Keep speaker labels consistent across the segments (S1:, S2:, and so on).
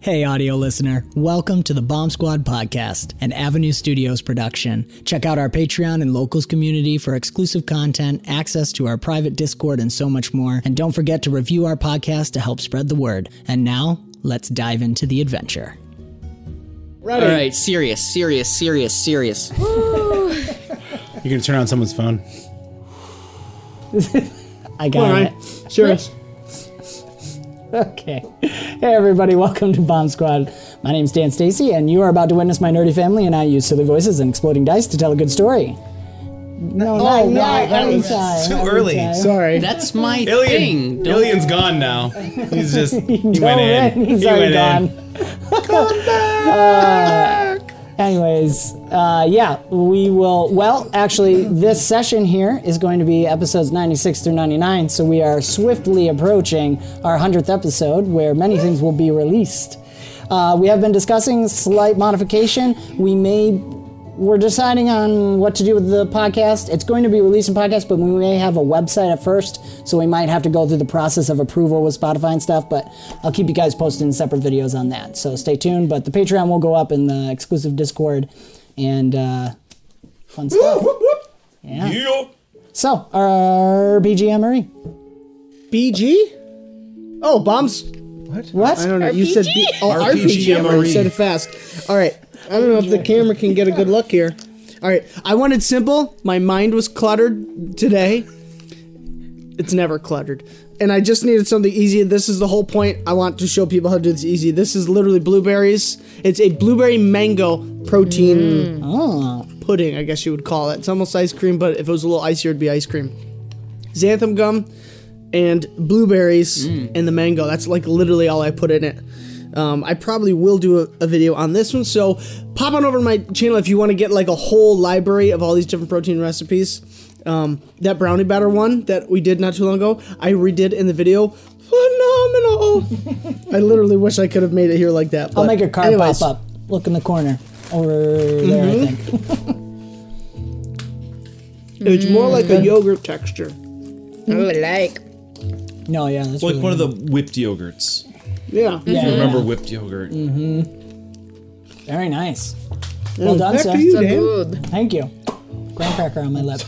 S1: Hey, audio listener, welcome to the Bomb Squad podcast, an Avenue Studios production. Check out our Patreon and locals community for exclusive content, access to our private Discord, and so much more. And don't forget to review our podcast to help spread the word. And now, let's dive into the adventure.
S2: All right, serious, serious, serious, serious.
S3: You can turn on someone's phone.
S1: I got it.
S4: Sure.
S1: Okay. Hey, everybody, welcome to Bomb Squad. My name's Dan Stacy, and you are about to witness my nerdy family and I use silly voices and exploding dice to tell a good story.
S3: Oh,
S1: No, no,
S4: no, that
S1: every
S4: was
S1: time,
S3: too
S1: every
S3: early.
S1: time.
S4: Sorry.
S2: That's my thing.
S3: Alien,
S2: Don't-
S3: Alien's gone now. He's just he went
S1: Don't
S3: in.
S1: win. He's
S3: he
S1: already
S3: went
S1: gone.
S3: in.
S1: Uh, anyways, uh, yeah, we will. Well, actually, this session here is going to be episodes 96 through 99, so we are swiftly approaching our 100th episode where many things will be released. Uh, we have been discussing slight modification. We may we're deciding on what to do with the podcast. It's going to be released in podcast, but we may have a website at first, so we might have to go through the process of approval with Spotify and stuff. But I'll keep you guys posted in separate videos on that, so stay tuned. But the Patreon will go up in the exclusive Discord and uh, fun stuff. So our PGM Marie,
S4: BG? Oh, bombs.
S1: what?
S4: I don't know. You said B- oh, RPG. I already said it fast. All right. I don't know if the camera can get a good look here. All right. I wanted simple. My mind was cluttered today. It's never cluttered. And I just needed something easy. This is the whole point. I want to show people how to do this easy. This is literally blueberries. It's a blueberry mango protein
S1: Oh,
S4: pudding, I guess you would call it. It's almost ice cream, but if it was a little icier, it'd be ice cream. Xanthan gum, and blueberries
S1: Mm.
S4: and the mango. That's like literally all I put in it. Um, I probably will do a, a video on this one, so pop on over to my channel if you want to get like a whole library of all these different protein recipes. Um, that brownie batter one that we did not too long ago, I redid in the video. Phenomenal! I literally wish I could have made it here like that.
S1: I'll
S4: but
S1: make a card
S4: anyways. Mm-hmm.
S1: pop up. Look in the corner over there. I think.
S4: It's more like
S1: Mm-hmm.
S4: a yogurt texture.
S5: Ooh, like.
S1: No, yeah, that's
S3: Like
S1: really
S3: one of the whipped yogurts.
S4: Yeah.
S1: Yeah, Mm-hmm.
S3: Remember whipped yogurt?
S1: Very nice. Well done,
S4: Back
S1: sir.
S4: to you, Dan.
S5: Good.
S1: Thank you. Graham cracker on my lip.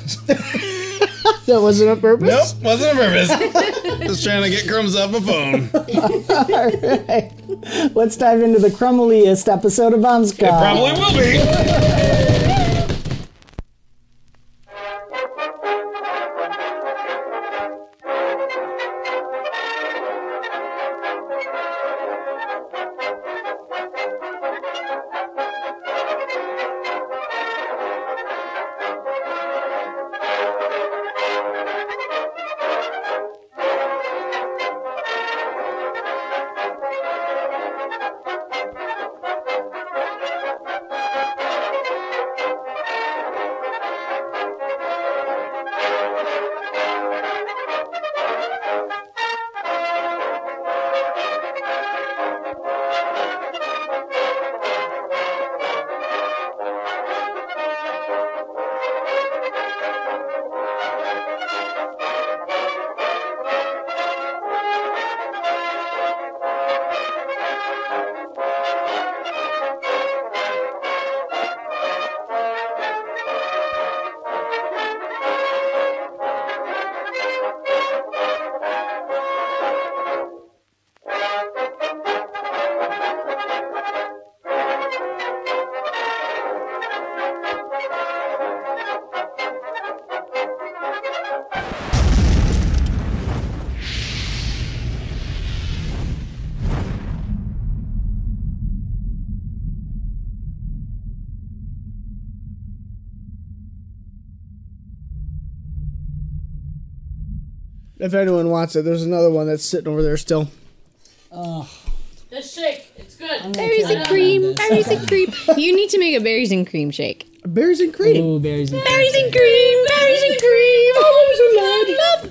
S4: That wasn't on purpose.
S3: Nope, wasn't on purpose. just trying to get crumbs off a phone. It
S1: Let's dive into the crumbliest episode of Bomb Squad.
S3: probably will be.
S6: Thank
S4: If anyone wants it, there's another one that's sitting over there still.
S6: This shake, it's good.
S5: Berries and cream. Berries and cream. You need to make a berries and cream shake.
S4: Berries and cream.
S1: Ooh, berries and
S5: Berries and cream. Berries and cream. Oh, love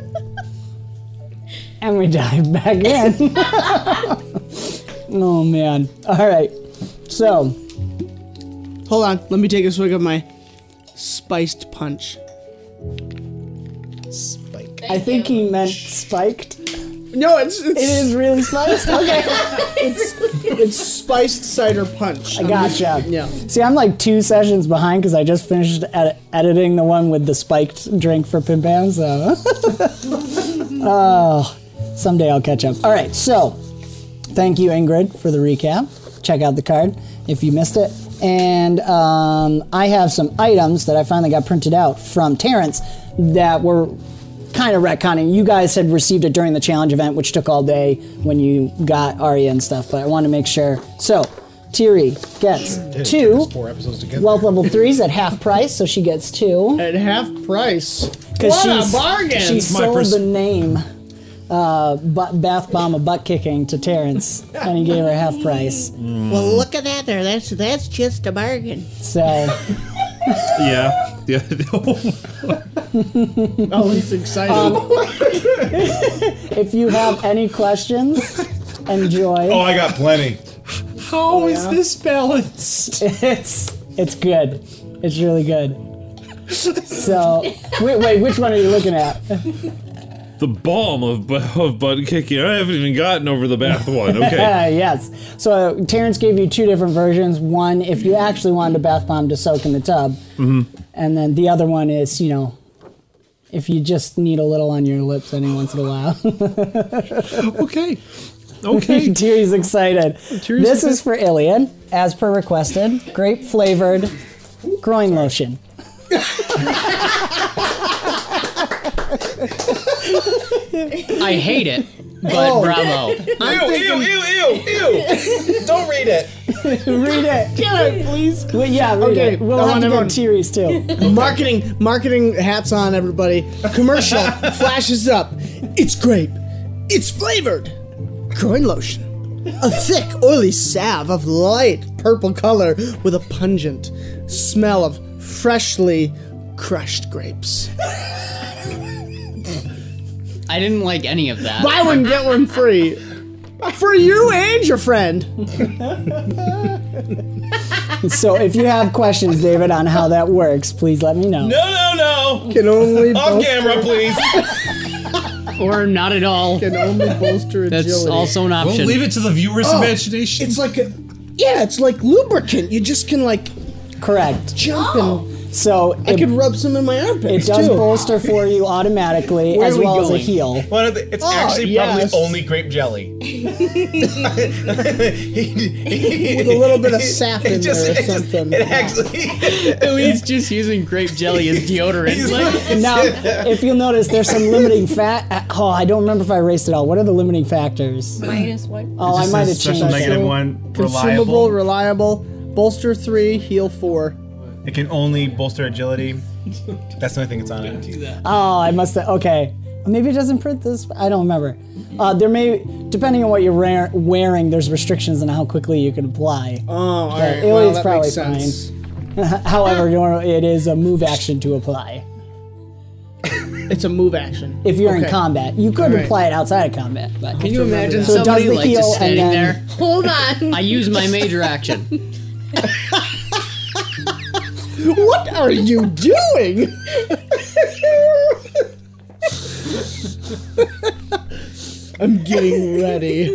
S5: berries and cream.
S1: And we dive back in. oh man. All right. So,
S4: Hold on, let me take a swig of my spiced punch.
S1: I think he meant spiked.
S4: No, it's it's,
S1: It is really spiced. Okay.
S4: it's spiced cider punch. I
S1: Gotcha.
S4: Yeah.
S1: See, I'm like two sessions behind because I just finished ed- editing the one with the spiked drink for Pim Pam. So, oh, someday I'll catch up. All right. So, thank you, Ingrid, for the recap. Check out the card if you missed it. And um, I have some items that I finally got printed out from Terrence that were kind of retconning. You guys had received it during the challenge event, which took all day when you got Arya and stuff, but I want to make sure. So, Tiri gets two
S3: Four episodes together.
S1: wealth level threes at half price, so she gets two.
S4: At half price.
S1: Because
S4: What a
S1: she's
S4: bargain!
S1: She
S4: It's my
S1: sold
S4: pers-
S1: the name, uh, but Bath Bomb of Butt Kicking to Terrence, and he gave her half price.
S7: Well, look at that there. That's that's just a bargain.
S1: So
S8: Yeah. Yeah.
S4: Oh, he's excited.
S1: if you have any questions, enjoy.
S3: Oh, I got plenty.
S1: Oh,
S8: How is this balanced?
S1: It's it's good. It's really good. So wait, wait, which one are you looking at?
S8: The bomb of, bu- of butt kicking. I haven't even gotten over the bath one. Okay.
S1: Uh, yes. So Terrence gave you two different versions. One, if you actually wanted a bath bomb to soak in the tub, and then the other one is, you know, if you just need a little on your lips any once in a while.
S8: okay. Okay.
S1: Terry's excited.
S8: Terry's
S1: this
S8: excited.
S1: is for Iliad, as per requested. Grape flavored groin lotion.
S2: I hate it, but
S1: Oh.
S2: bravo.
S3: Ew, ew, ew, ew, ew. Don't read it.
S1: Read it.
S4: Can I please?
S1: Well, yeah, read
S4: Okay,
S1: it. We'll
S4: I
S1: have
S4: want
S1: to go
S4: everyone-
S1: Terry's too.
S4: Marketing, marketing hats on, everybody. Commercial flashes up. It's grape. It's flavored. Groin lotion. A thick, oily salve of light purple color with a pungent smell of freshly crushed grapes.
S2: I didn't like any of that.
S4: Buy one, get one free. For you and your friend.
S1: so if you have questions, David, on how that works, please let me know.
S3: No, no, no.
S4: Can only
S3: Off
S4: bolster,
S3: camera, please.
S2: Or not at all.
S4: can only bolster
S2: That's
S4: agility.
S2: also an
S8: Don't
S2: option.
S8: leave it to the viewer's imagination.
S4: Oh, It's like a yeah, it's like lubricant. You just can like
S1: Correct.
S4: jump and
S1: So
S4: I
S1: it,
S4: could rub some in my armpits
S1: it does
S4: too.
S1: bolster for you automatically,
S4: Where
S1: as
S4: are we
S1: well as a
S4: going?
S1: heel.
S3: One of the, it's actually
S4: Oh, yes.
S3: probably only grape jelly.
S4: with a little bit of sap in
S3: It just,
S4: there or
S3: it, just-
S4: something.
S3: it actually.
S2: He's just using grape jelly as deodorant. Like,
S1: Now, if you'll notice, there's some limiting fact. Oh, I don't remember if I erased it all. What are the limiting factors?
S5: Minus one.
S1: Oh, I might have changed.
S8: special
S1: it.
S8: negative one.
S4: Consumable,
S8: Reliable.
S4: reliable, bolster three, heal four.
S8: it can only bolster agility.
S3: That's the only thing it's on it.
S1: Oh, I must have. Okay. Maybe it doesn't print this. I don't remember. Uh, there may, depending on what you're wear- wearing, there's restrictions on how quickly you can apply.
S4: Oh, all right.
S1: it
S4: Well,
S1: was
S4: that
S1: probably
S4: makes sense.
S1: However, nor- it is a move action to apply.
S4: It's a move action.
S1: If you're in
S4: Okay.
S1: combat, you could
S4: right.
S1: apply it outside of combat, but
S2: can you imagine
S1: So it does
S2: somebody
S1: the
S2: like
S1: heel
S2: just
S1: and
S2: standing
S1: then-
S2: there?
S5: Hold on.
S2: I use my major action.
S4: What are you doing? I'm getting ready.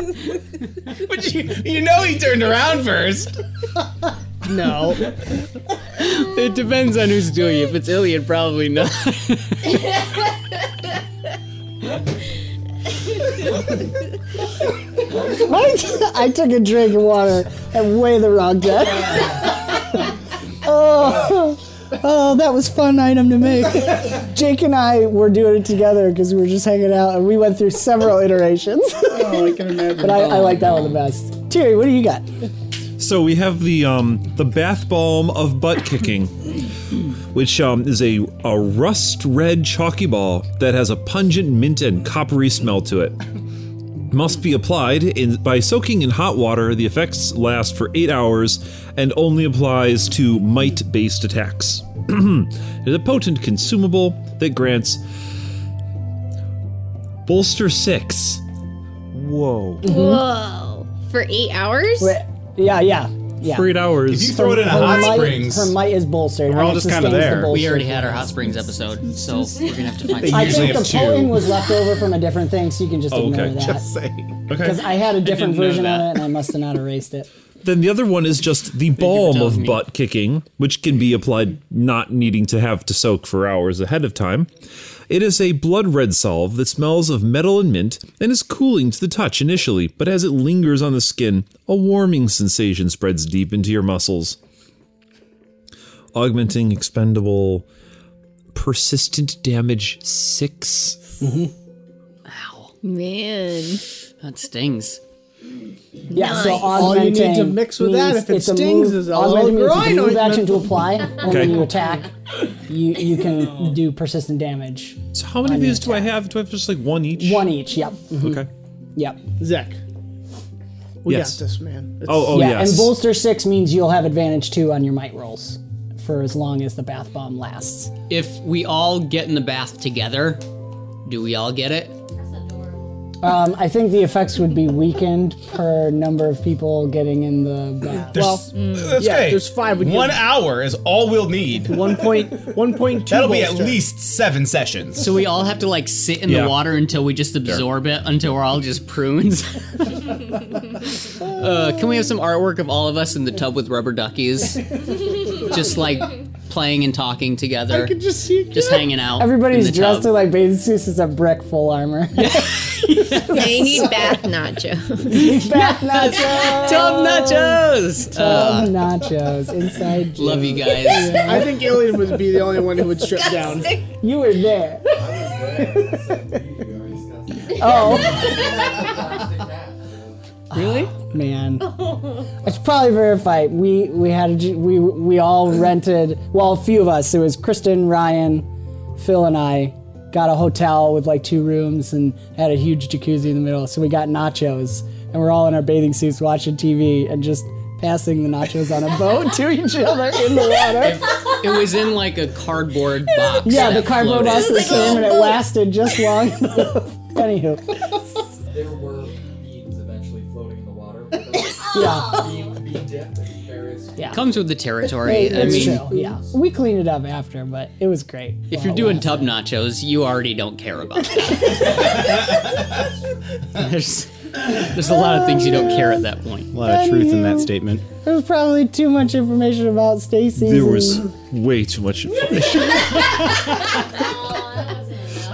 S3: But you, you know he turned around first.
S4: No.
S2: It depends on who's doing it. If it's Iliad, probably not.
S1: I, I took a drink of water at way the wrong time. oh, oh, that was fun item to make. Jake and I were doing it together because we were just hanging out, and we went through several iterations.
S4: Oh, I can imagine.
S1: but I, I like that one the best. Terry, what do you got?
S8: So we have the um, the bath balm of butt kicking, which um, is a, a rust red chalky ball that has a pungent mint and coppery smell to it. Must be applied in, by soaking in hot water. The effects last for eight hours and only applies to mite based attacks. it is a potent consumable that grants bolster six. Whoa.
S5: Whoa. For eight hours?
S1: Yeah, yeah, yeah.
S8: For eight hours.
S3: If you throw it in a hot
S1: might,
S3: springs-
S1: Her might is bolstered.
S3: We're all
S1: and it
S3: just kinda
S1: sustains the
S3: there. We
S2: Oh, We
S1: bolster.
S2: already had our hot springs episode, so we're gonna have to find.
S3: They
S1: I
S3: usually
S1: think the
S3: have two. Oh,
S1: pollen was left over from a different thing, so you can just ignore
S8: Okay.
S1: that.
S3: saying.
S1: Because
S8: Okay.
S1: I had a different
S2: didn't know
S1: version of
S2: that.
S1: it, and I must have not erased it.
S8: Then the other one is just the balm
S2: telling
S8: of
S2: me.
S8: butt kicking, which can be applied not needing to have to soak for hours ahead of time. It is a blood red solve that smells of metal and mint and is cooling to the touch initially, but as it lingers on the skin, a warming sensation spreads deep into your muscles. Augmenting expendable persistent damage 6.
S5: Man.
S2: That stings.
S1: Yeah, so
S4: All you need to
S1: augmenting
S4: mix with
S1: means
S4: that, if it
S1: it's a
S4: stings,
S1: move,
S4: is a
S1: augmenting
S4: little
S1: means it's a
S4: groin
S1: move
S4: ointment.
S1: action to apply, and
S8: Okay.
S1: when you attack, you you can do persistent damage.
S8: So how many of these do I have? Do I have just like one each?
S1: One each. Yep. mhm,
S8: Okay.
S1: Yep.
S4: Zach. We
S8: Yes.
S4: got this, man. It's-
S8: Oh, oh
S1: yeah,
S8: yes.
S1: and bolster six means you'll have advantage two on your might rolls for as long as the bath bomb lasts.
S2: If we all get in the bath together, do we all get it?
S1: Um, I think the effects would be weakened per number of people getting in the bath.
S3: Well, that's
S4: yeah,
S3: okay.
S4: there's five we
S3: One
S4: give-
S3: hour is all we'll need.
S4: One point, one point two.
S3: That'll be at
S4: bolster.
S3: least seven sessions.
S2: So we all have to like sit in
S8: Yeah.
S2: the water until we just absorb it until we're all just prunes. uh, can we have some artwork of all of us in the tub with rubber duckies, just like playing and talking together,
S4: I could just see it.
S2: just hanging out.
S1: Everybody's
S2: in the
S1: dressed
S2: tub.
S1: in like bathing suits. It's a brick full armor.
S5: They need bath nachos.
S1: bath nachos.
S2: tub nachos. Uh,
S1: Tub nachos. Inside.
S2: love
S1: joke.
S2: you guys.
S4: I think Iliad would be the only one who would strip down.
S1: You were there. oh
S2: really?
S1: man, I should probably verify. We we had a, j- we we all rented. Well, a few of us. It was Kristen, Ryan, Phil, and I got a hotel with like two rooms and had a huge jacuzzi in the middle. So we got nachos and we're all in our bathing suits watching TV and just passing the nachos on a boat to each other in the water.
S2: It was in like a cardboard box.
S1: Yeah, the
S2: that
S1: cardboard
S2: floated.
S1: box the same, and it lasted just long enough. Anywho,
S9: There were beans eventually floating in the water.
S1: yeah,
S9: Bean, bean dip, and various.
S2: Comes with the territory.
S1: it,
S2: I
S1: it's
S2: mean,
S1: true. Yeah, we cleaned it up after, but it was great.
S2: if you're doing tub nachos, you already don't care about that. there's, there's a lot of things you don't care at that point.
S3: A lot of truth in that statement.
S1: there was probably too much information about Stacy.
S8: There was way too much information.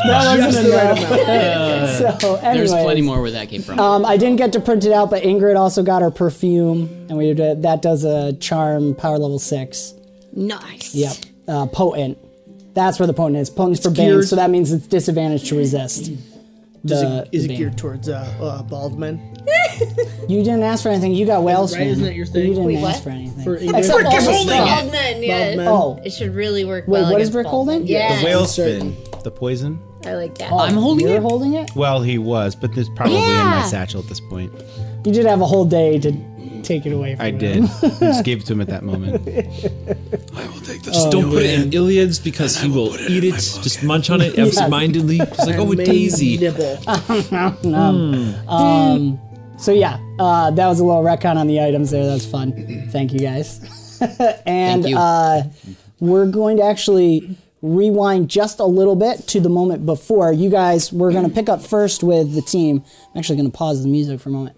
S1: that wasn't enough. so anyway,
S2: There's plenty more where that came from.
S1: Um, I didn't get to print it out, but Ingrid also got her perfume, and we did, that does a charm power level six.
S5: nice.
S1: Yep, uh, potent. That's where the potent is. Potent's for bane,
S4: geared-
S1: so that means it's disadvantage to resist.
S4: Is
S1: The-
S4: it, is
S1: the
S4: it
S1: bane.
S4: geared towards uh, uh, bald men?
S1: You didn't ask for anything. You got whales.
S4: right? Isn't that your thing?
S1: You didn't
S4: Wait,
S1: ask
S5: what?
S1: for anything.
S4: For Ingrid?
S1: Except all the stuff.
S5: Bald men, yeah.
S4: men.
S1: Oh,
S5: It should really work
S1: Wait,
S5: well.
S1: what is
S5: against
S1: Brick
S5: bald men.
S1: holding?
S5: Yes.
S3: The whale spin. The poison?
S5: I like that.
S2: I'm holding
S1: you're
S2: it.
S1: holding it.
S3: Well, he was, but it's probably in
S5: Yeah.
S3: my satchel at this point.
S1: You did have a whole day to take it away. From
S9: I
S1: him.
S9: did. I just gave it to him at that moment.
S8: Just don't put it in Iliad's because he will eat it. Just munch on it absentmindedly. Just like, oh, a daisy.
S4: Nibble.
S1: So yeah, uh, that was a little retcon on the items there. That was fun. Thank you guys. and
S2: Thank you.
S1: Uh, we're going to actually rewind just a little bit to the moment before you guys. We're going to pick up first with the team. I'm actually going to pause the music for a moment.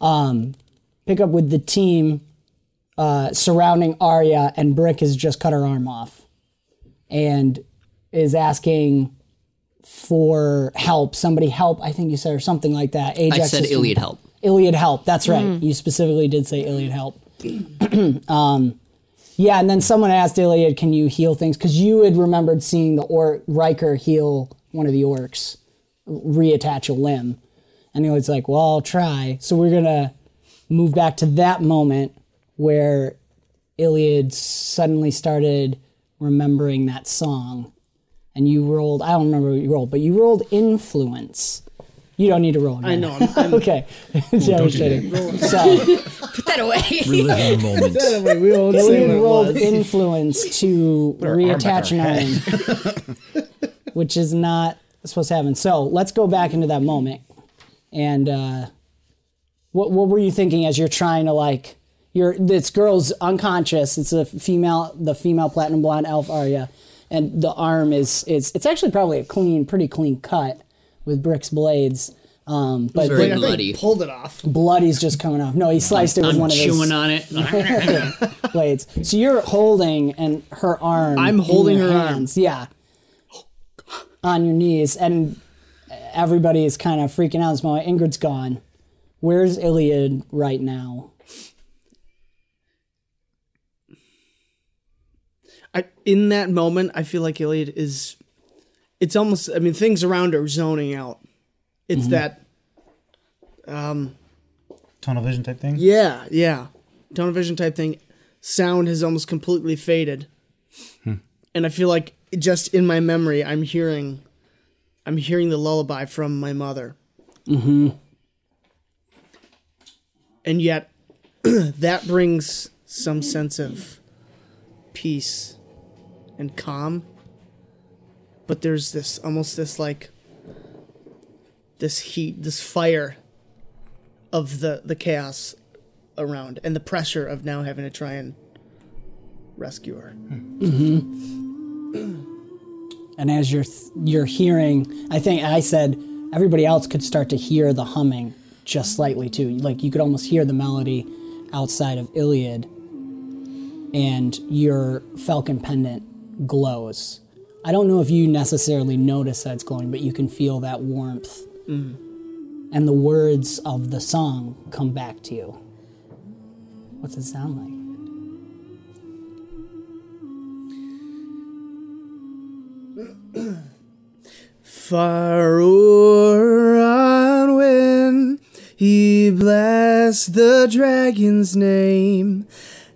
S1: Um, pick up with the team uh, surrounding Arya, and Brick has just cut her arm off, and is asking for help. Somebody help! I think you said or something like that.
S2: I
S1: Ajax
S2: said
S1: is-
S2: Iliad help.
S1: Iliad help. That's right. You specifically did say Iliad help. um, yeah, and then someone asked Iliad, "Can you heal things?" Because you had remembered seeing the orc Riker heal one of the orcs, reattach a limb, and Iliad's like, "Well, I'll try." So we're gonna move back to that moment where Iliad suddenly started remembering that song. And you rolled, I don't remember what you rolled, but you rolled influence. You don't need to roll.
S10: I
S1: again.
S10: know, I'm- I'm-
S1: okay. Yeah, I was
S10: don't you
S1: kidding.
S10: dare.
S1: So,
S3: Put that away.
S8: Religion moment.
S10: That way we won't say what
S1: Iliad
S10: it
S1: rolled
S10: was.
S1: influence to
S10: our arm
S1: reattach
S10: back
S1: an
S10: our
S1: arm, which is not supposed to happen. So let's go back into that moment. And uh, what what were you thinking as you're trying to like you're this girl's unconscious. It's a female, the female platinum blonde elf Arya, and the arm is it's it's actually probably a clean, pretty clean cut with Brick's blades. Um, but
S2: very
S1: the-
S2: bloody.
S10: Pulled it off.
S1: Bloody's just coming off. No, he sliced it with
S2: I'm
S1: one of his
S2: chewing on it.
S1: blades. So you're holding and her arm.
S10: I'm
S1: in
S10: holding
S1: your
S10: her arm.
S1: hands. Yeah. On your knees, and everybody is kind of freaking out. At this moment, Ingrid's gone. Where's Iliad right now?
S10: I, in that moment, I feel like Iliad is. It's almost. I mean, things around are zoning out. It's
S4: Mhm.
S10: that. Um.
S4: Tunnel vision type thing.
S10: Yeah. Yeah. Tunnel vision type thing. Sound has almost completely faded.
S4: Hmm.
S10: And I feel like just in my memory, I'm hearing, I'm hearing the lullaby from my mother,
S1: Mm-hmm.
S10: and yet, that brings some sense of peace and calm. But there's this almost this like this heat, this fire of the the chaos around and the pressure of now having to try and rescue her.
S1: Mm-hmm. And as you're th- you're hearing, I think I said everybody else could start to hear the humming just slightly too. Like you could almost hear the melody outside of Iliad, and your falcon pendant glows. I don't know if you necessarily notice that it's glowing, but you can feel that warmth, and the words of the song come back to you. What's it sound like?
S10: Far o'er on when he blessed the dragon's name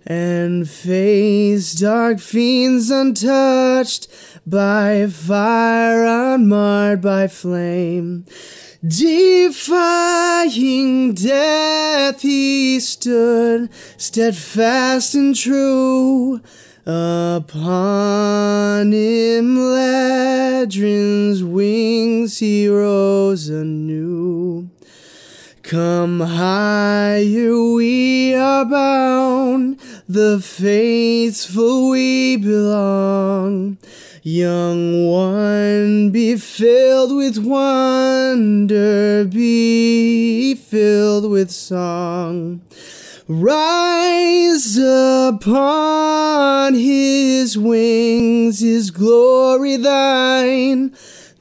S10: and faced dark fiends untouched by fire, unmarred by flame. Defying death, he stood steadfast and true. Upon him, Ladrin's wings he rose anew. Come higher, we are bound, the faithful we belong. Young one, be filled with wonder, be filled with song. Rise upon his wings, his glory thine.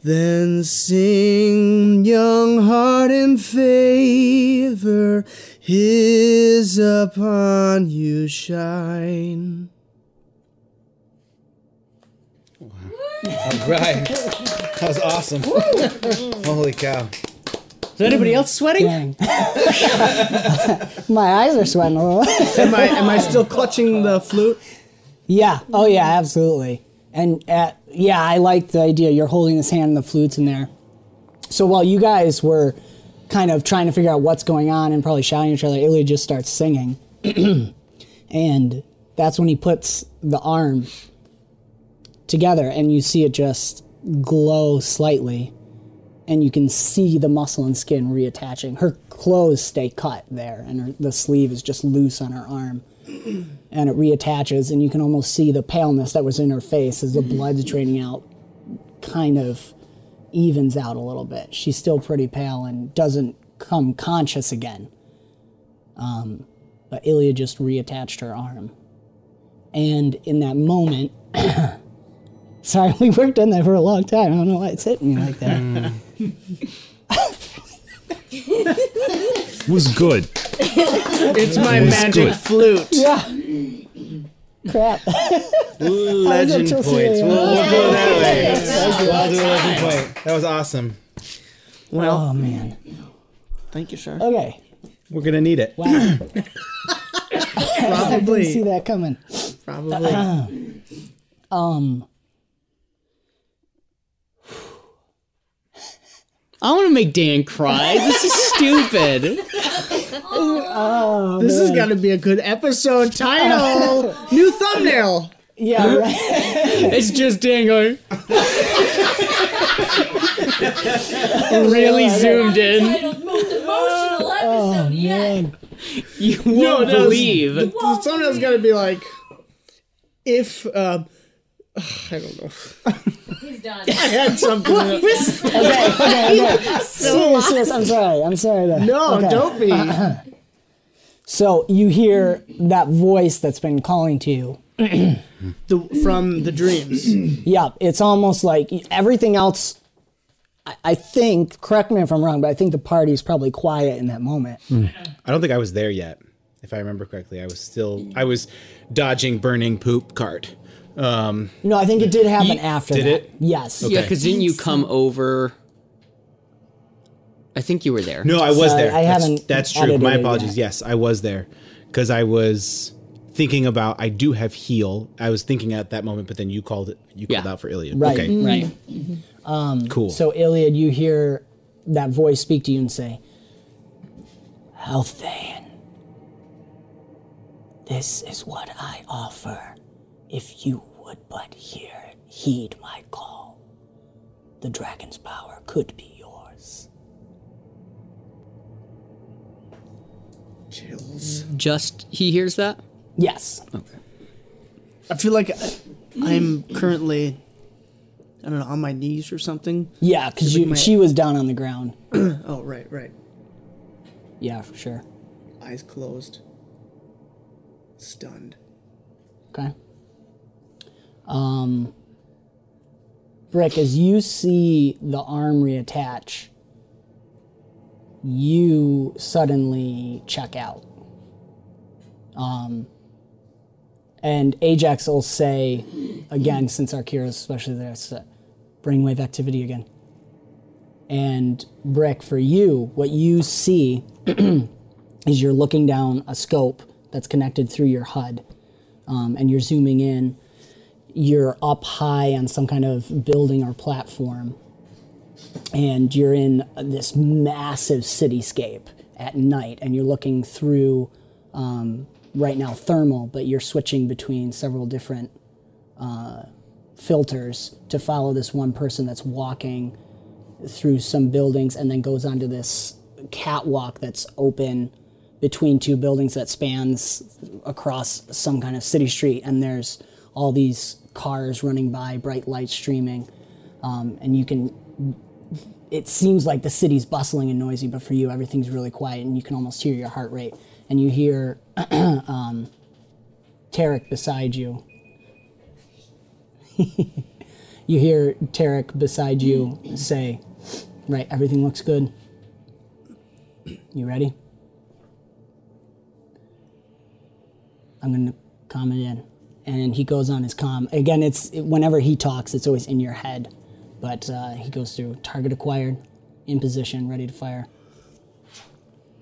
S10: Then sing, young heart in favor, his upon you shine.
S11: All right. That was awesome. Holy cow.
S10: Is anybody else sweating?
S1: My eyes are sweating a little.
S10: am I am I still clutching the flute?
S1: Yeah. Oh, yeah. Absolutely. And uh yeah, I like the idea. You're holding his hand and the flute's in there. So while you guys were kind of trying to figure out what's going on and probably shouting at each other, Ilya just starts singing, and that's when he puts the arm together, and you see it just glow slightly, and you can see the muscle and skin reattaching. Her clothes stay cut there, and her, the sleeve is just loose on her arm and it reattaches, and you can almost see the paleness that was in her face as the blood's draining out, kind of evens out a little bit. She's still pretty pale and doesn't come conscious again. Um, but Ilya just reattached her arm. And in that moment, sorry, we worked on that for a long time. I don't know why it's hitting me like that.
S8: was good.
S10: it's my
S8: It's
S10: magic
S8: good.
S10: flute.
S1: Yeah. Crap.
S11: Legend
S1: until
S11: points. We'll, we'll
S1: Yay.
S11: go that way.
S1: Yay.
S11: I'll do a legend point. That was awesome.
S10: Well,
S1: oh man.
S10: Thank you, sir.
S1: Okay.
S11: We're gonna need it.
S1: Wow. I
S4: Probably.
S1: didn't see that Uh, coming.
S4: Probably.
S1: um.
S2: I want to make Dan cry. This is stupid.
S4: oh, this has
S1: man.
S4: got to be a good episode title.
S1: uh,
S4: New thumbnail.
S1: Yeah, right.
S2: it's just Dan going.
S5: Really
S2: really zoomed in.
S5: Titled most emotional episode yet.
S2: You won't
S4: that's-
S2: believe.
S4: The, the thumbnail's got to be like, if uh, I don't know.
S6: He's done.
S4: I had something.
S6: He's done.
S1: Okay, okay, okay.
S6: So
S1: serious,
S6: lost.
S1: serious. I'm sorry. I'm sorry. That,
S4: No,
S1: okay. Uh,
S4: don't be.
S1: So you hear that voice that's been calling to you.
S4: the, from the dreams.
S1: Yeah, it's almost like everything else. I, I think, correct me if I'm wrong, but I think the party's probably quiet in that moment.
S4: Mm.
S11: I don't think I was there yet. If I remember correctly, I was still I was dodging burning poop cart. Um,
S1: No, I think it did happen after.
S11: did
S1: that.
S11: it?
S1: Yes.
S2: Yeah, because didn't you come over? I think you were there.
S11: No, I was
S1: Sorry,
S11: there.
S1: I
S11: that's,
S1: haven't
S11: That's true.
S1: edited
S11: My
S1: it
S11: apologies. Yes, I was there because I was thinking about. I do have heal. I was thinking at that moment, but then you called it. You called out for Iliad.
S1: Right.
S11: Okay.
S1: Right. Um,
S11: Cool.
S1: So Iliad, you hear that voice speak to you and say, Helfan, this is what I offer if you would but hear, heed my call. The dragon's power could be yours.
S4: Chills.
S2: Just he hears that.
S1: Yes.
S4: I feel like I, I'm currently, I don't know, on my knees or something.
S1: Yeah, because
S4: Like my-
S1: she was down on the ground.
S4: oh right, right.
S1: Yeah, for sure.
S4: Eyes closed. Stunned.
S1: Okay. Um, Brick, as you see the arm reattach, you suddenly check out. Um, and Ajax will say again, since Arkira's especially there, it's uh, brainwave activity again. And Brick, for you, what you see is you're looking down a scope that's connected through your HUD, um, and you're zooming in. You're up high on some kind of building or platform, and you're in this massive cityscape at night, and you're looking through um, right now thermal, but you're switching between several different uh, filters to follow this one person that's walking through some buildings and then goes onto this catwalk that's open between two buildings that spans across some kind of city street and there's all these cars running by bright lights streaming um, and you can it seems like the city's bustling and noisy but for you everything's really quiet and you can almost hear your heart rate and you hear um, tarek beside you you hear Tarek beside you say, Right, everything looks good. You ready? I'm going to calm it in. And he goes on his calm. Again, it's whenever he talks, it's always in your head. But uh, he goes through target acquired, in position, ready to fire,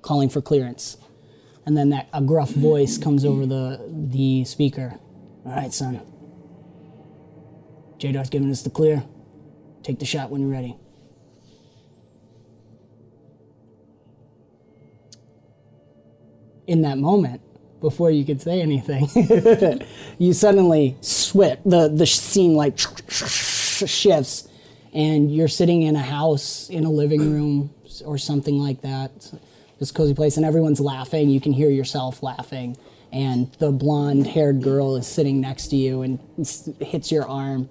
S1: calling for clearance. And then that a gruff voice comes over the the speaker. All right, son. JDOT's giving us the clear. Take the shot when you're ready. In that moment, before you could say anything, you suddenly switch. The, the scene like shifts, and you're sitting in a house, in a living room, or something like that. This cozy place, and everyone's laughing. You can hear yourself laughing. And the blonde haired girl is sitting next to you and s- hits your arm.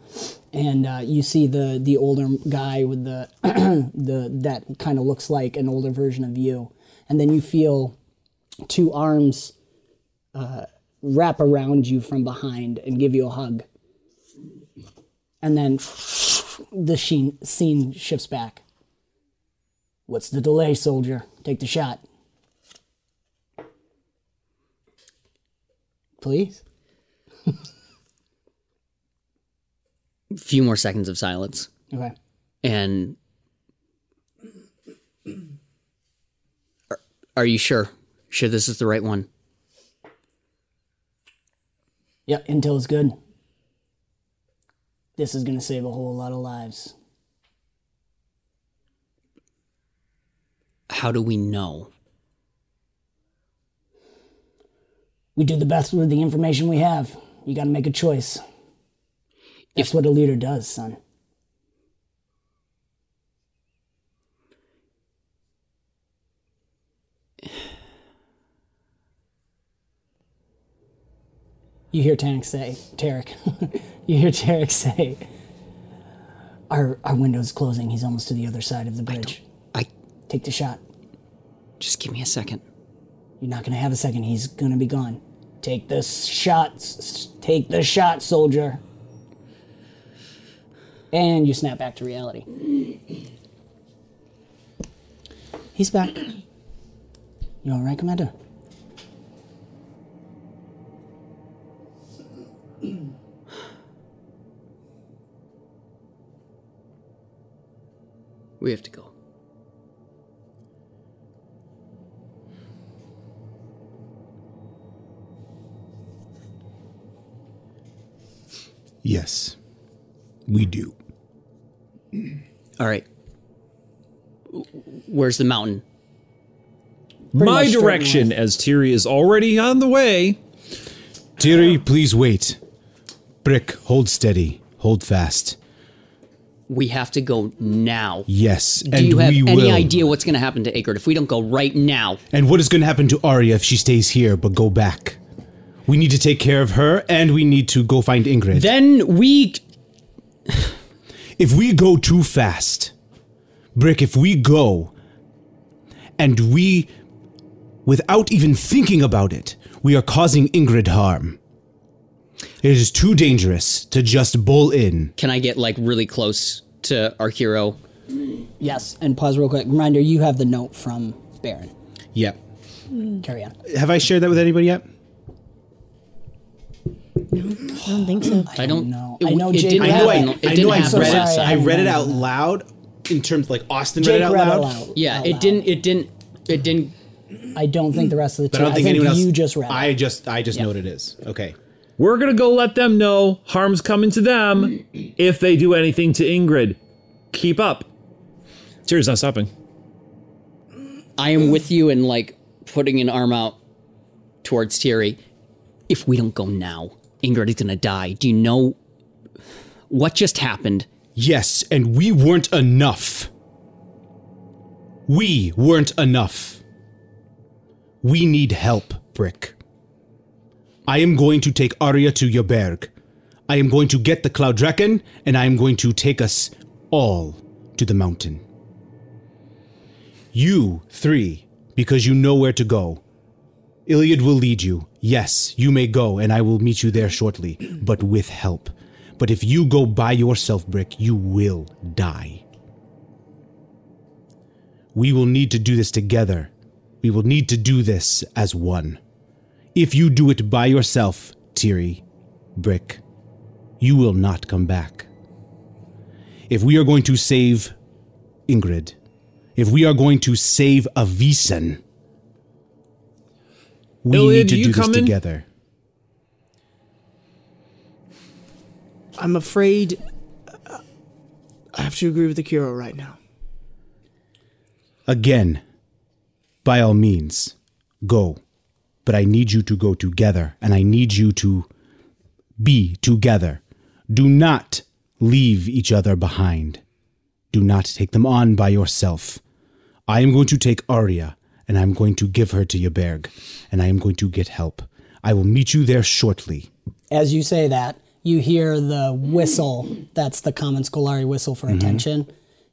S1: And uh, you see the, the older guy with the, the that kind of looks like an older version of you. And then you feel two arms uh, wrap around you from behind and give you a hug. And then the sheen, scene shifts back. What's the delay, soldier? Take the shot. Please?
S2: few more seconds of silence.
S1: Okay.
S2: And are, are you sure? Sure, this is the right one.
S1: Yep, intel is good. This is going to save a whole lot of lives.
S2: How do we know?
S1: We do the best with the information we have. You got to make a choice. That's what a leader does, son. You hear Tarek say, Tarek, you hear Tarek say, our, our window's closing. He's almost to the other side of the bridge.
S2: I,
S1: Take the shot.
S2: Just give me a second.
S1: You're not going to have a second. He's going to be gone. Take the shots. Take the shot, soldier. And you snap back to reality. He's back. You all right, Commander?
S2: We have to go.
S3: Yes, we do.
S2: All right. W- Where's the mountain?
S8: My direction, as Tiri is already on the way.
S3: Tiri, please wait. Brick, hold steady. Hold fast.
S2: We have to go now.
S3: Yes,
S2: Do
S3: and
S2: you have
S3: we
S2: any
S3: will.
S2: idea what's going to happen to Akert if we don't go right now?
S3: And what is going to happen to Arya if she stays here but go back? We need to take care of her, and we need to go find Ingrid.
S2: Then we.
S3: if we go too fast, Brick, if we go and we, without even thinking about it, we are causing Ingrid harm. It is too dangerous to just bull in.
S2: Can I get like really close to our hero?
S1: Yes, and pause real quick. Reminder, you have the note from Baron.
S3: Yep.
S1: Carry on.
S3: Have I shared that with anybody yet?
S11: I don't think so.
S2: I don't
S1: know.
S11: I know
S1: Jake
S3: I know. I,
S1: Rabbit-
S3: I,
S1: it
S3: know
S1: didn't
S3: I
S1: happen.
S3: read it.
S1: Sorry, I
S3: I read it
S1: remember
S3: out
S1: that.
S3: loud in terms like Austin
S1: Jake
S3: read it out
S1: read it
S3: loud.
S1: out
S2: Yeah, it didn't. It didn't. It didn't.
S1: I don't think the rest of the
S3: But
S1: team.
S3: I don't think, anyone else.
S1: you just read.
S3: I just I just know what it is. Okay.
S8: We're gonna go let them know harm's coming to them if they do anything to Ingrid. Keep up. Tiri's not stopping.
S2: I am with you in like putting an arm out towards Thierry. If we don't go now, Ingrid is gonna die. Do you know what just happened?
S3: Yes, and we weren't enough. We weren't enough. We need help, Brick. I am going to take Arya to Yoberg. I am going to get the Cloud Draken, and I am going to take us all to the mountain. You three, because you know where to go. Iliad will lead you. Yes, you may go, and I will meet you there shortly, but with help. But if you go by yourself, Brick, you will die. We will need to do this together. We will need to do this as one. If you do it by yourself, Tiri, Brick, you will not come back. If we are going to save Ingrid, if we are going to save Avison, we
S8: Iliad,
S3: need to
S8: you
S3: do this
S8: coming?
S3: together.
S4: I'm afraid uh, I have to agree with Akira right now.
S3: Again, by all means, go. But I need you to go together, and I need you to be together. Do not leave each other behind. Do not take them on by yourself. I am going to take Arya, and I'm going to give her to Yaberg, and I am going to get help. I will meet you there shortly.
S1: As you say that, you hear the whistle. That's the common Scolari whistle for
S3: Mhm.
S1: attention.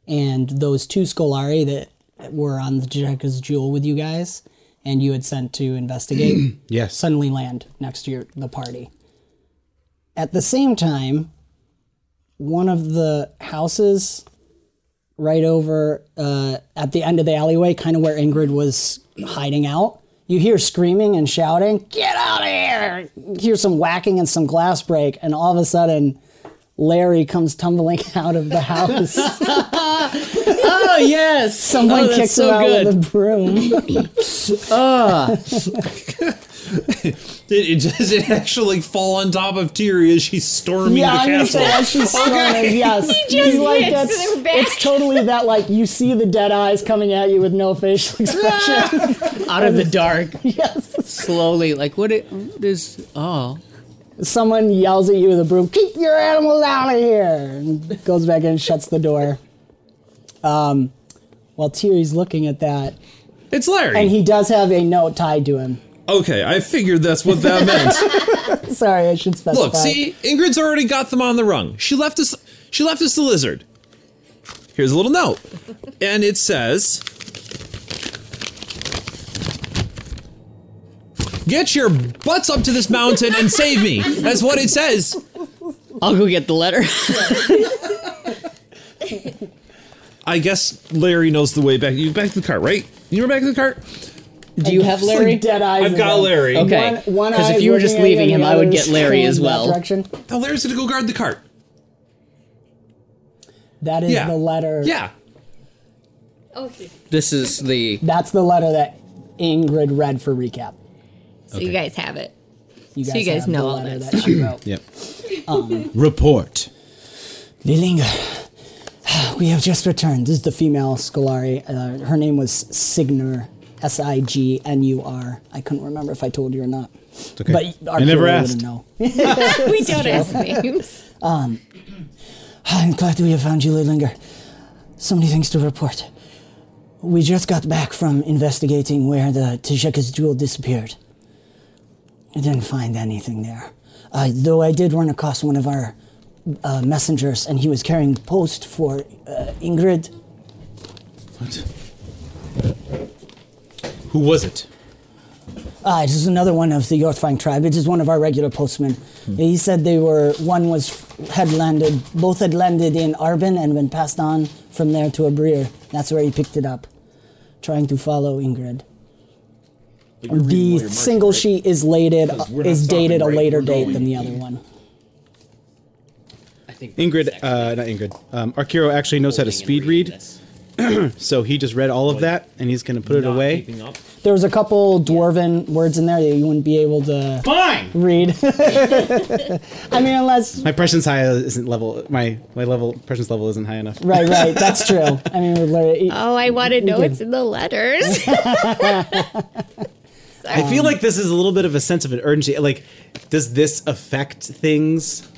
S1: And those two Scolari that were on the Jekka's Jewel with you guys and you had sent to investigate
S3: Yes.
S1: suddenly land next to your, the party. At the same time, one of the houses right over uh, at the end of the alleyway, kind of where Ingrid was hiding out, you hear screaming and shouting, Get out of here! Hear some whacking and some glass break, and all of a sudden, Larry comes tumbling out of the house.
S12: oh yes!
S1: Someone
S12: oh, that's
S1: kicks
S12: so
S1: him out
S12: good.
S1: with a broom.
S12: Ah.
S8: Did it, does it actually fall on top of Tiri as she's storming
S1: yeah,
S8: the
S1: I'm gonna
S8: castle?
S1: say as she's storming, yes.
S5: He just
S1: He's like,
S5: did, so
S1: that's,
S5: they were back.
S1: It's totally that, like, you see the dead eyes coming at you with no facial expression.
S10: Out of the dark.
S1: yes.
S10: Slowly, like what it what is oh.
S1: Someone yells at you with a broom, keep your animals out of here, and goes back in and shuts the door. Um, while Tiri's looking at that.
S8: It's Larry.
S1: And he does have a note tied to him.
S8: Okay, I figured that's what that meant.
S1: Sorry, I should specify.
S8: Look, see, Ingrid's already got them on the rung. She left us. She left us the lizard. Here's a little note, and it says, "Get your butts up to this mountain and save me." That's what it says.
S10: I'll go get the letter.
S8: I guess Larry knows the way back. You back to the cart, right? You were back to the cart.
S10: Do you have Larry?
S1: dead eyes
S8: I've got
S1: in them.
S8: Larry.
S10: Okay.
S1: One- one
S10: Because
S1: eye
S10: if you were
S1: looking
S10: just
S1: at you and
S10: leaving him,
S1: the
S10: I would
S1: other
S10: get
S1: is
S10: Larry
S1: going
S10: as
S1: that
S10: well.
S1: direction.
S8: Now Larry's gonna go guard the cart.
S1: That is
S10: Yeah.
S1: the letter.
S8: Yeah.
S5: Okay.
S10: This is the
S1: That's the letter that Ingrid read for recap.
S5: So you guys have it.
S1: You
S5: so you guys
S1: have the
S5: know all
S1: letter
S5: this.
S1: that she wrote.
S11: Yep.
S1: Um,
S11: Report.
S1: Lilinga, we have just returned. This is the female Scolari. Uh, her name was Signur, S I G N U R. I couldn't remember if I told you or not.
S11: okay.
S1: But our
S11: I never
S1: killer
S11: asked.
S1: wouldn't know.
S5: we don't ask names.
S1: Um, I'm glad we have found you, Littlinger. So many things to report. We just got back from investigating where the Tejeka's jewel disappeared. I didn't find anything there. Uh, though I did run across one of our uh, messengers, and he was carrying post for uh, Ingrid.
S11: Who was it?
S1: Ah, this is another one of the Yortfang tribe. It is one of our regular postmen. He said they were one was had landed, both had landed in Arbin and been passed on from there to Abrir. That's where he picked it up, trying to follow Ingrid. The single sheet is lated is dated a later date than the other one.
S11: Ingrid, uh, not Ingrid. Um, Arkiro actually knows how to speed read, so he just read all of that and he's going to put it away.
S1: There was a couple dwarven words in there that you wouldn't be able to
S11: Fine!
S1: read. I mean, unless
S11: My presence high isn't level. My my level presence level isn't high enough.
S1: right, right, that's true. I mean, with Larry,
S5: Oh, I want to
S1: we
S5: know
S1: can-
S5: what's in the letters.
S11: I feel like this is a little bit of a sense of an urgency. Like, does this affect things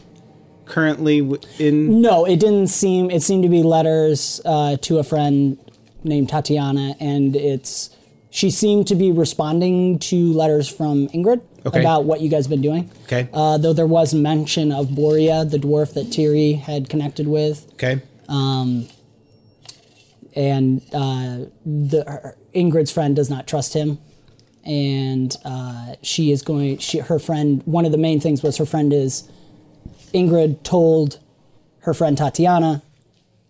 S11: currently w- in?
S1: No, it didn't seem. It seemed to be letters uh, to a friend named Tatiana, and it's she seemed to be responding to letters from Ingrid
S11: Okay.
S1: about what you guys been doing.
S11: Okay.
S1: Uh, though there was mention of Boria, the dwarf that Tiri had connected with.
S11: Okay.
S1: Um, and uh, the her, Ingrid's friend does not trust him, and uh, she is going. She her friend. One of the main things was her friend is Ingrid told her friend Tatiana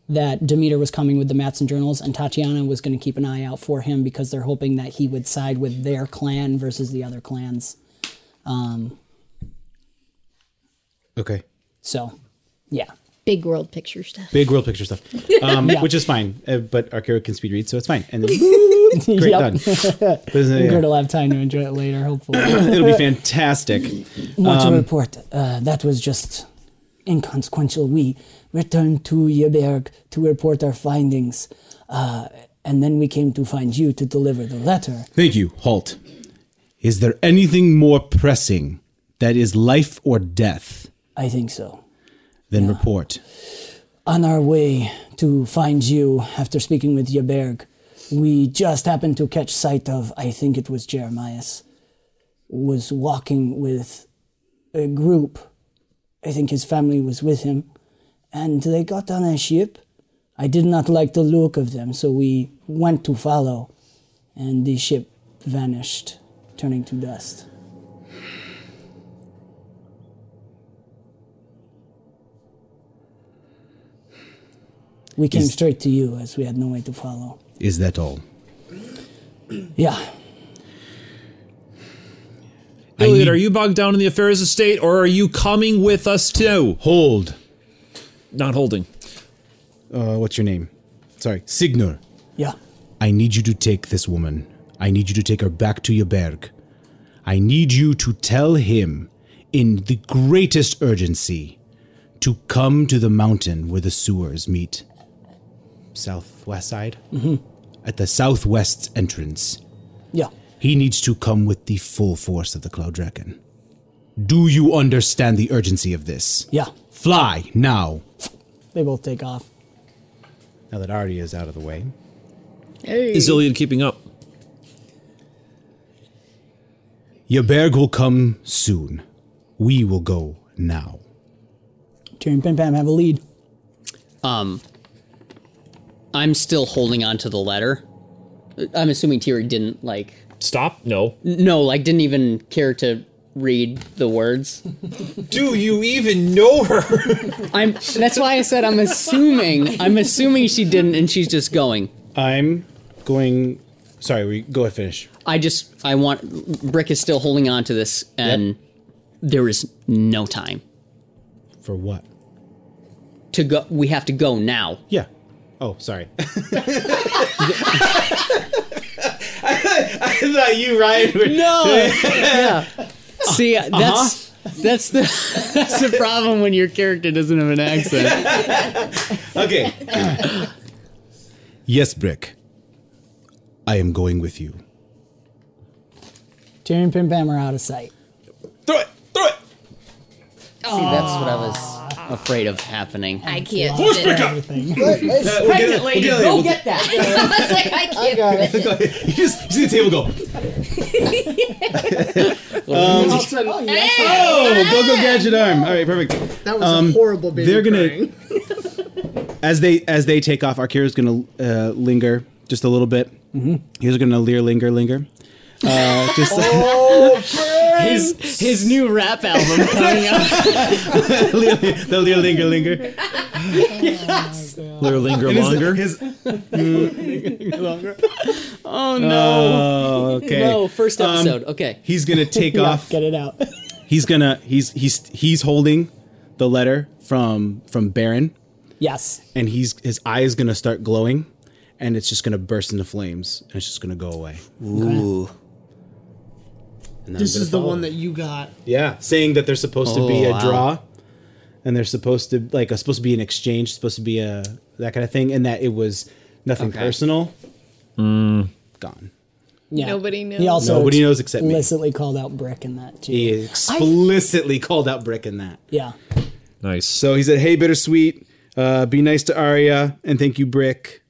S1: that Demeter was coming with the maps and journals, and Tatiana was going to keep an eye out for him because they're hoping that he would side with their clan versus the other clans. Um,
S11: Okay.
S1: so, yeah.
S5: Big world picture stuff.
S11: Big world picture stuff, um,
S1: Yeah.
S11: which is fine. Uh, but Arkiro can speed read, so it's fine. And then,
S1: Great
S11: done. Isn't it-
S1: Ingrid will have time to enjoy it later, hopefully.
S11: it'll be fantastic.
S1: More
S11: Um,
S1: to report. Uh, that was just inconsequential. We returned to Yeberg to report our findings, uh, and then we came to find you to deliver the letter.
S11: Thank you. Halt. Is there anything more pressing that is life or death
S1: I think so.
S11: than report?
S1: On our way to find you after speaking with Yeberg, we just happened to catch sight of, I think it was Jeremias, was walking with a group. I think his family was with him. And they got on a ship. I did not like the look of them, so we went to follow. And the ship vanished, turning to dust. We came
S11: Is-
S1: straight to you as we had no way to follow.
S11: Is that all?
S1: Yeah.
S8: Iliad, are you bogged down in the affairs of state, or are you coming with us too?
S11: Hold.
S8: Not holding.
S11: Uh, what's your name? Sorry, Signor.
S1: Yeah.
S11: I need you to take this woman. I need you to take her back to your berg. I need you to tell him in the greatest urgency to come to the mountain where the sewers meet. Southwest side? Mm-hmm. At the southwest entrance.
S1: Yeah.
S11: He needs to come with the full force of the Cloud Dragon. Do you understand the urgency of this?
S1: Yeah.
S11: Fly now.
S1: They both take off.
S11: Now that Artie is out of the way.
S8: Hey. Is Iliad keeping up?
S11: Yaberg will come soon. We will go now.
S1: Terry and Pim Pam have a lead.
S2: Um, I'm still holding on to the letter. I'm assuming Tiri didn't like
S8: stop. No,
S2: no, like didn't even care to read the words.
S8: Do you even know her?
S2: I'm. That's why I said I'm assuming. I'm assuming she didn't, and she's just going.
S11: I'm going. Sorry, we go ahead finish.
S2: I just. I want. Brick is still holding on to this, and there is no time
S11: For what?
S2: to go. We have to go now.
S11: Yeah. Oh, sorry.
S13: I thought you, Ryan. Were,
S2: No. Uh-huh. yeah. See, that's that's the that's the problem when your character doesn't have an accent.
S13: okay.
S11: Yes, Brick. I am going with you.
S1: Terry and Pim Pam are out of sight.
S2: See, that's what I was Ah. afraid of happening.
S10: I can't.
S2: Horse
S10: fit it.
S2: pickup!
S10: It's
S2: Uh, we'll get
S10: pregnant
S2: it,
S10: lady.
S2: we'll get it,
S10: Go
S2: we'll
S10: get that. I was like, I can't. fit it.
S13: you just you see the table go.
S11: Um,
S3: All of a
S11: oh,
S3: sudden-
S11: go go gadget arm. All right, perfect.
S3: That was a
S11: Um,
S3: horrible baby
S11: They're gonna
S3: crying.
S11: as they as they take off. Akira's gonna uh, linger just a little bit.
S2: Mm-hmm.
S11: He's gonna leer, linger, linger. Uh, just
S2: Oh. his his new rap album coming out.
S11: Leer, the leer, linger, linger.
S2: yes.
S8: Leer, linger,
S11: And his-
S8: longer.
S11: his-
S2: Oh no.
S11: Oh, okay.
S2: No, first
S11: Um,
S2: episode. okay.
S11: He's gonna take
S2: Yeah,
S11: off.
S1: Get it out.
S11: He's gonna. He's he's he's holding the letter from from Baron.
S1: Yes.
S11: and he's his eye is gonna start glowing, and it's just gonna burst into flames, and it's just gonna go away.
S2: Ooh.
S11: And then I'm
S3: This
S11: gonna
S3: is the
S11: follow
S3: one
S11: it.
S3: that you got.
S11: yeah, saying that there's supposed to be
S3: Oh,
S11: a
S3: wow.
S11: draw, and there's supposed to like a, supposed to be an exchange, supposed to be a that kind of thing, and that it was nothing
S3: Okay.
S11: personal. Gone.
S1: Yeah.
S10: Nobody knows.
S1: He also
S11: Nobody knows except me.
S1: explicitly called out Brick in that too.
S11: He explicitly called out Brick in that.
S1: Yeah.
S8: Nice.
S11: So he said, "Hey, bittersweet, uh, be nice to Arya, and thank you, Brick."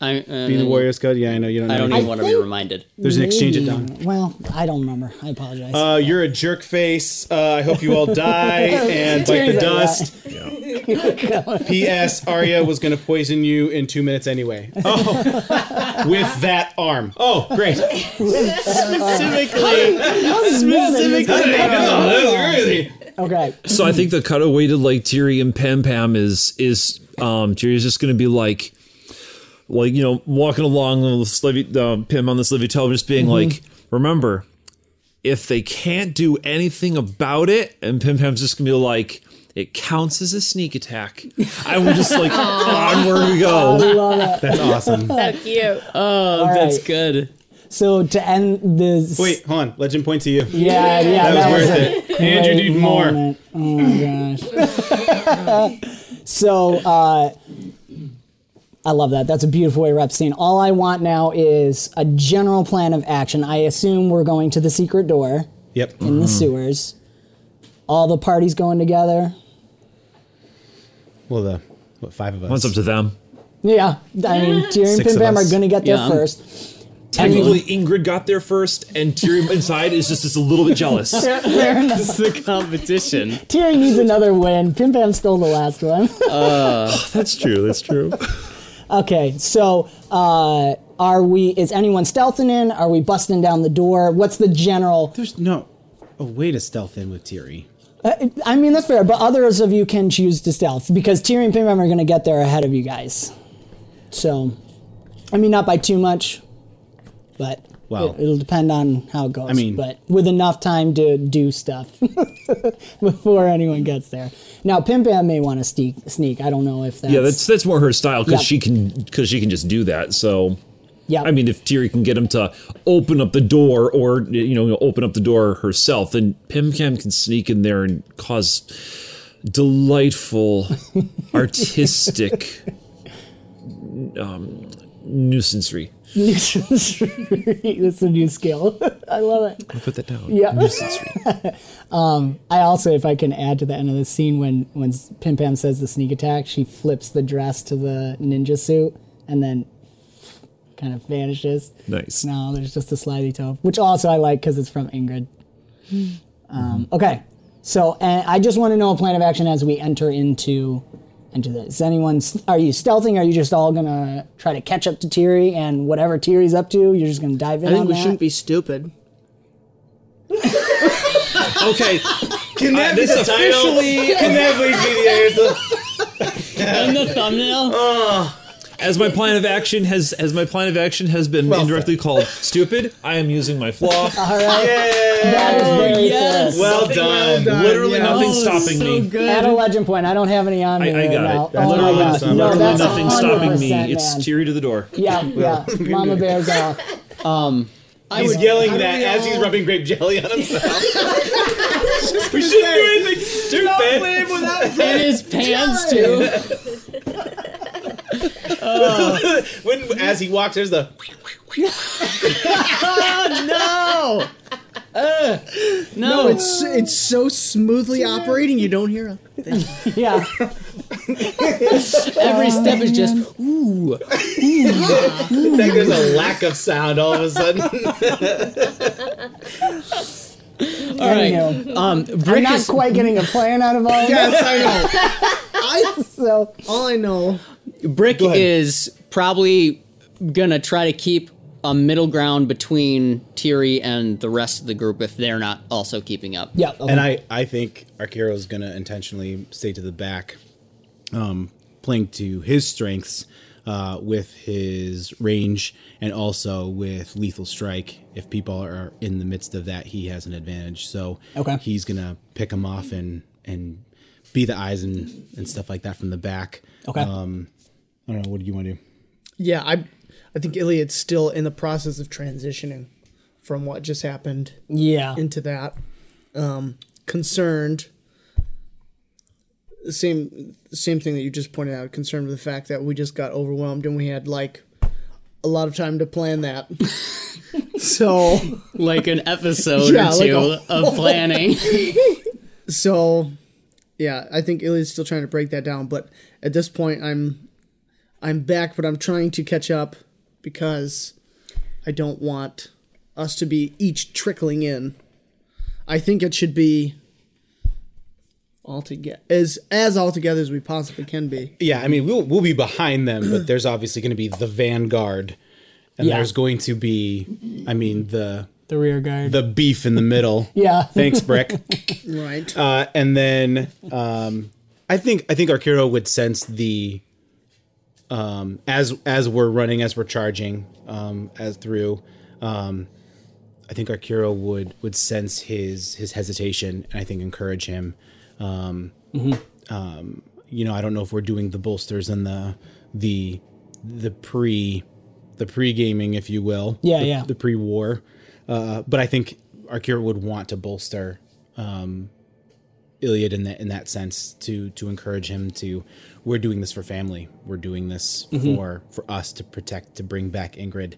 S2: I, uh,
S11: Being the warrior scout, yeah, I know you don't.
S2: I
S11: know
S2: don't
S11: me.
S2: even want to be reminded.
S11: There's an exchange at
S1: Maybe-
S11: dawn.
S1: Well, I don't remember. I apologize.
S11: Uh, you're a jerk face. Uh, I hope you all die and bite the dust. P.S. Arya was going to poison you in two minutes anyway. Oh, with that arm. Oh, great.
S2: Specifically.
S1: Okay.
S8: So I think the cutaway to like Tyrion Pam Pam is is um Tyrion's just gonna be like like you know walking along with Slivy uh, Pim on the Slivy television just being
S14: Mhm.
S8: like remember if they can't do anything about it and Pim Pam's just gonna be like it counts as a sneak attack. I would just like onward we go.
S1: I love it.
S10: So cute.
S2: Oh,
S1: All
S2: that's
S1: right.
S2: good.
S1: So to end this.
S11: Wait, hold on. Legend point to you.
S1: Yeah, yeah,
S11: That, was
S1: that was
S11: worth
S1: a
S11: it. Andrew
S1: great
S11: need more.
S1: moment. Oh my
S8: oh,
S1: gosh. so uh, I love that. That's a beautiful way to wrap the scene. All I want now is a general plan of action. I assume we're going to the secret door
S11: Yep.
S1: in
S8: Hmm.
S1: the sewers. All the parties going together.
S11: Well, the what, five of us.
S8: What's up to them?
S1: Yeah, I mean, Tyrion and
S8: Six
S1: Pim
S8: of
S1: Pam are
S8: us.
S1: going to get there
S8: Yeah.
S1: first.
S8: Technically, Ingrid got there first, and Tyrion inside is just, just a little bit jealous.
S1: Fair- fair enough. This
S2: is a competition.
S1: Tyrion needs another win. Pim Pam stole the last one.
S8: that's true. That's true.
S1: Okay, so uh, are we? Is anyone stealthing in? Are we busting down the door? What's the general?
S11: There's no oh, a way to stealth in with Tyri.
S1: Uh, I mean, that's fair, but others of you can choose to stealth because Tyrion and Pim Pam are going to get there ahead of you guys. So, I mean, not by too much, but
S11: Wow.
S1: it, will depend on how it goes.
S11: I mean-
S1: but with enough time to do stuff before anyone gets there. Now, Pim Pam may want to sneak. Sneak. I don't know if that's
S8: yeah, that's that's more her style because
S1: Yeah.
S8: she can because she can just do that. So
S1: Yeah.
S8: I mean, if Tiri can get him to open up the door or, you know, open up the door herself, then Pim Cam can sneak in there and cause delightful, artistic um, nuisancery.
S1: That's a new skill. I love it.
S8: I'll put that down.
S1: Yeah.
S8: Nuisance.
S1: um, I also, if I can add to the end of the scene, when when Pim Pam says the sneak attack, she flips the dress to the ninja suit and then kind of vanishes.
S8: Nice.
S1: No, there's just a slidey toe, which also I like because it's from Ingrid. Um, okay, so and I just want to know a plan of action as we enter into into this. Is anyone? s- Are you stealthing? Are you just all gonna try to catch up to Tiri and whatever Tiri's up to? You're just gonna dive in.
S4: I think
S1: on
S4: we
S1: that?
S4: shouldn't be stupid.
S8: okay.
S4: Can
S10: that be the title? Can that please
S3: be the
S10: And the thumbnail.
S8: As my plan of action has as my plan of action has been indirectly called stupid, I am using my flaw.
S1: All right. That is very
S8: yes.
S1: fair.
S8: Well Something done. well done, Literally yeah. nothing stopping me. good.
S1: Add a legend point. I don't have any on
S8: I,
S1: me.
S8: I
S1: right
S8: got
S1: now.
S8: it. That's
S1: oh
S8: literally
S1: my
S8: nothing,
S1: God. No,
S8: literally
S1: that's
S8: nothing
S1: 100%
S8: stopping me.
S1: Man.
S8: It's Teary to the door.
S1: yeah, yeah. Mama Bear's off.
S10: Um,
S1: He's
S10: yelling
S3: that as he's rubbing grape jelly on himself. we shouldn't do anything stupid.
S10: Don't live without And his pants, too.
S3: when as he walks, there's the
S4: oh no! Uh, no.
S10: No.
S4: it's it's so smoothly operating. You don't hear a
S1: yeah.
S10: Every step is just ooh. ooh.
S3: It's like there's a lack of sound all of a sudden.
S10: All right.
S1: Anywho.
S10: Um,
S1: I'm
S10: Brick
S1: not
S10: is-
S1: quite getting a plan out of all of
S10: Yes,
S4: I
S1: know. so
S4: all I know.
S10: Brick is probably gonna try to keep a middle ground between Tiri and the rest of the group if they're not also keeping up.
S11: And I, I think Arcaro is going to intentionally stay to the back, um, playing to his strengths uh, with his range and also with lethal strike. If people are in the midst of that, he has an advantage. So
S1: Okay.
S11: he's going to pick him off and and be the eyes and, and stuff like that from the back.
S4: Okay.
S11: Um, I don't know. What do you want to do?
S4: Yeah, I I think Iliad's still in the process of transitioning from what just happened.
S1: Yeah.
S4: Into that. Um concerned. Same same thing that you just pointed out, concerned with the fact that we just got overwhelmed and we had like a lot of time to plan that. so
S10: like an episode or two of planning.
S4: so, yeah, I think Ilya's still trying to break that down, but at this point, I'm I'm back, but I'm trying to catch up because I don't want us to be each trickling in. I think it should be all together as as all together as we possibly can be.
S11: Yeah, I mean, we'll we'll be behind them, but there's obviously going to be the vanguard, and
S4: Yeah.
S11: there's going to be, I mean, the
S1: the rear guard,
S11: the beef in the middle.
S1: Yeah.
S11: thanks, Brick.
S4: Right.
S11: Uh, and then um, I think I think Arcuro would sense the um, as as we're running, as we're charging, um, as through. Um, I think Arcuro would would sense his his hesitation, and I think encourage him. Um,
S1: Mm-hmm.
S11: um, you know, I don't know if we're doing the bolsters and the the the pre the pre gaming, if you will.
S1: Yeah,
S11: the,
S1: yeah.
S11: The pre war, uh, but I think Arcuro would want to bolster um, Iliad in that in that sense to to encourage him to we're doing this for family. We're doing this
S1: Mm-hmm.
S15: Mhm.
S11: for for us to protect to bring back Ingrid.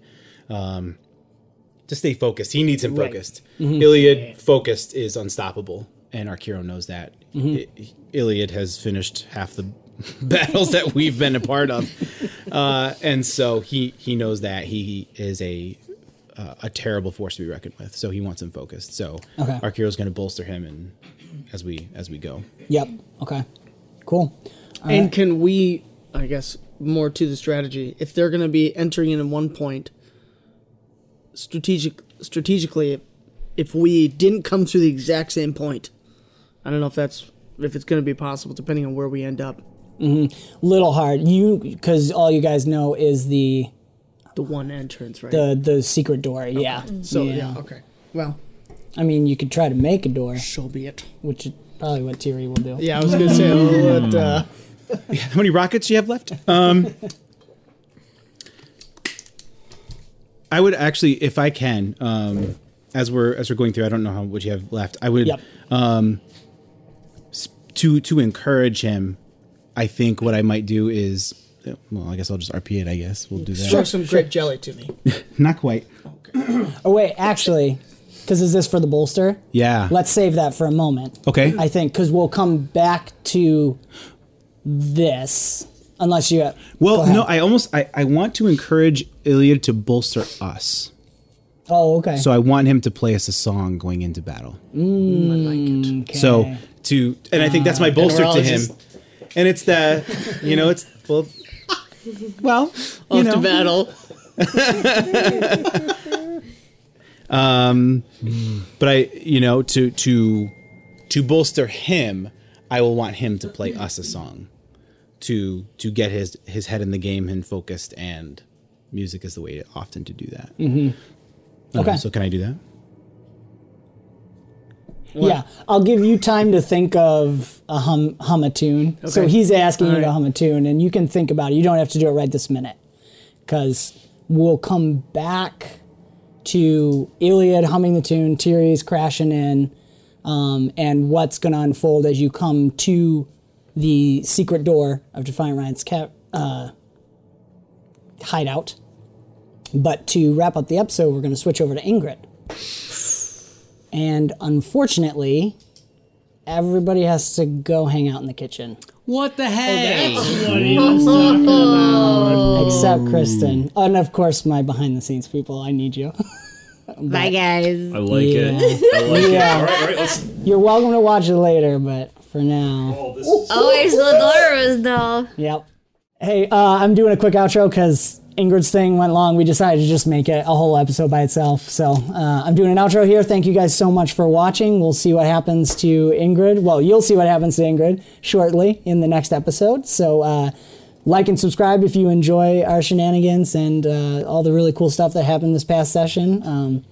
S11: Um, to stay focused. He needs him
S15: Right.
S11: focused.
S15: Mhm.
S11: Iliad focused is unstoppable, and Arcuro knows that.
S15: Mhm.
S11: I- Iliad has finished half the battles that we've been a part of, uh, and so he he knows that he is a uh, a terrible force to be reckoned with. So he wants him focused. So
S1: Okay.
S11: Arcuro's going to bolster him, and as we as we go.
S1: Yep. Okay. Cool. All
S4: and
S1: right.
S4: can we, I guess, more to the strategy? If they're going to be entering in at one point, strategic, strategically, if we didn't come to the exact same point, I don't know if that's if it's going to be possible, depending on where we end up.
S1: hmm Little hard. You because all you guys know is the
S4: the one entrance, right?
S1: The the secret door. Yeah.
S4: Mm-hmm. So yeah. okay. Well,
S1: I mean, you could try to make a door.
S4: So be it.
S1: Which is probably what Tiri will do.
S4: Yeah, I was gonna say, I'll let, uh,
S11: How many rockets do you have left? Um, I would actually, if I can, um, as we're as we're going through, I don't know how much you have left. I would
S1: Yep.
S11: um, s- to to encourage him. I think what I might do is, well, I guess I'll just RP it. I guess we'll do that.
S1: Sure.
S15: some grape jelly to me.
S11: Not quite.
S1: Oh wait, actually, because is this for the bolster?
S11: Yeah.
S1: Let's save that for a moment.
S11: Okay.
S1: I think because we'll come back to this unless you.
S11: Well, no, I almost I, I want to encourage Iliad to bolster us.
S1: Oh, okay.
S11: So I want him to play us a song going into battle.
S1: Mm, I like it.
S11: So to and I think that's my
S1: Ah.
S11: bolster to him.
S1: Neurologist.
S11: And it's the you know it's well well
S10: Off to battle.
S11: um but I you know to to to bolster him, I will want him to play us a song to to get his his head in the game and focused and music is the way to, often to do that.
S1: Mhm.
S11: Um,
S1: Okay.
S11: so can I do that?
S1: Yeah, I'll give you time to think of a hum, hum a tune. So
S15: Okay.
S1: he's asking you to
S15: Alright.
S1: hum a tune, and you can think about it. You don't have to do it right this minute, because we'll come back to Iliad humming the tune, Tyrion's crashing in, um, and what's going to unfold as you come to the secret door of Defiant Ryan's cap, uh, hideout. But to wrap up the episode, we're going to switch over to Ingrid. And unfortunately, everybody has to go hang out in the kitchen.
S10: What the heck?
S1: Except Kristen. And of course, my behind the scenes people. I need you.
S15: Bye, guys.
S8: I like it. I like it. All right, all right, let's.
S1: You're welcome to watch it later, but for now. Oh,
S15: Always Dolores, though.
S1: Yep. Hey, uh, I'm doing a quick outro because Ingrid's thing went long. We decided to just make it a whole episode by itself. So uh, I'm doing an outro here. Thank you guys so much for watching. We'll see what happens to Ingrid. Well, you'll see what happens to Ingrid shortly in the next episode. So uh, like and subscribe if you enjoy our shenanigans and uh, all the really cool stuff that happened this past session. Um,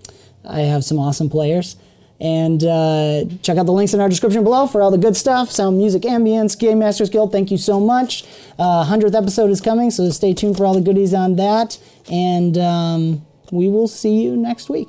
S1: I have some awesome players. And uh, check out the links in our description below for all the good stuff sound, music, ambience, Game Masters Guild. Thank you so much. Uh, 100th episode is coming, so stay tuned for all the goodies on that. And um, we will see you next week.